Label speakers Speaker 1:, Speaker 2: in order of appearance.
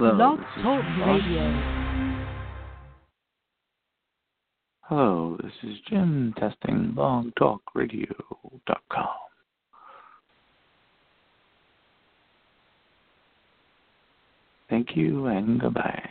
Speaker 1: Hello.
Speaker 2: Blog
Speaker 1: this is
Speaker 2: Talk
Speaker 1: Jim Ross.
Speaker 2: Radio.
Speaker 1: Hello, this is Jim testing blogtalkradio.com. Thank you and goodbye.